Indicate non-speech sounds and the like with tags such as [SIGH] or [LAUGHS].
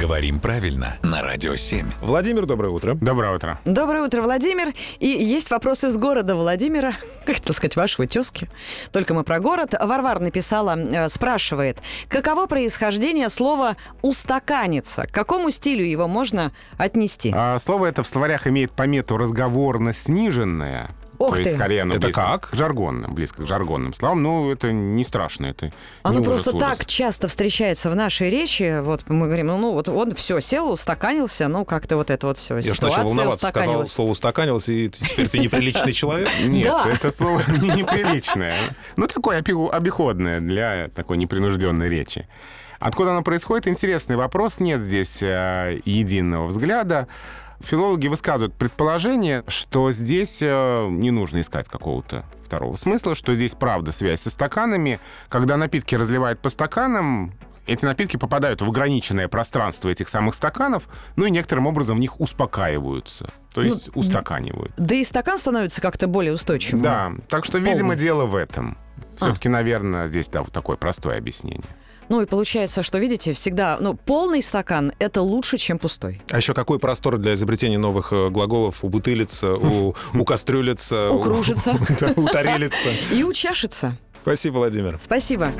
Говорим правильно на Радио 7. Владимир, доброе утро. Доброе утро. Доброе утро, Владимир. И есть вопрос из города Владимира, [LAUGHS] как это сказать, вашего тезки. Только мы про город. Варвар написала, э, спрашивает, каково происхождение слова «устаканиться»? К какому стилю его можно отнести? А, слово это в словарях имеет помету разговорно сниженное. Ох то есть ты. скорее оно Это близко как? к жаргонным, близко к жаргонным словам. Ну, это не страшно, это Оно не просто ужас, ужас. так часто встречается в нашей речи. Вот мы говорим, ну вот он все, сел, устаканился, ну как-то вот это вот все. Я же начал волноваться, сказал слово «устаканилось», и т- теперь ты неприличный человек. Нет, Да. это слово [LAUGHS] не- неприличное. Ну, такое опи- обиходное для такой непринужденной речи. Откуда оно происходит? Интересный вопрос. Нет здесь э, единого взгляда. Филологи высказывают предположение, что здесь э, не нужно искать какого-то второго смысла, что здесь правда связь со стаканами. Когда напитки разливают по стаканам, эти напитки попадают в ограниченное пространство этих самых стаканов, ну и некоторым образом в них успокаиваются, то есть устаканивают. Да и стакан становится как-то более устойчивым. Да, так что, Полный. видимо, дело в этом. Все-таки, наверное, здесь да, вот такое простое объяснение. Ну и получается, что, видите, всегда, ну, полный стакан — это лучше, чем пустой. А еще какой простор для изобретения новых э, глаголов у бутылица, у, у кастрюлица, [LAUGHS] Укружится у, да, у тарелица. и учашится. Спасибо, Владимир. Спасибо.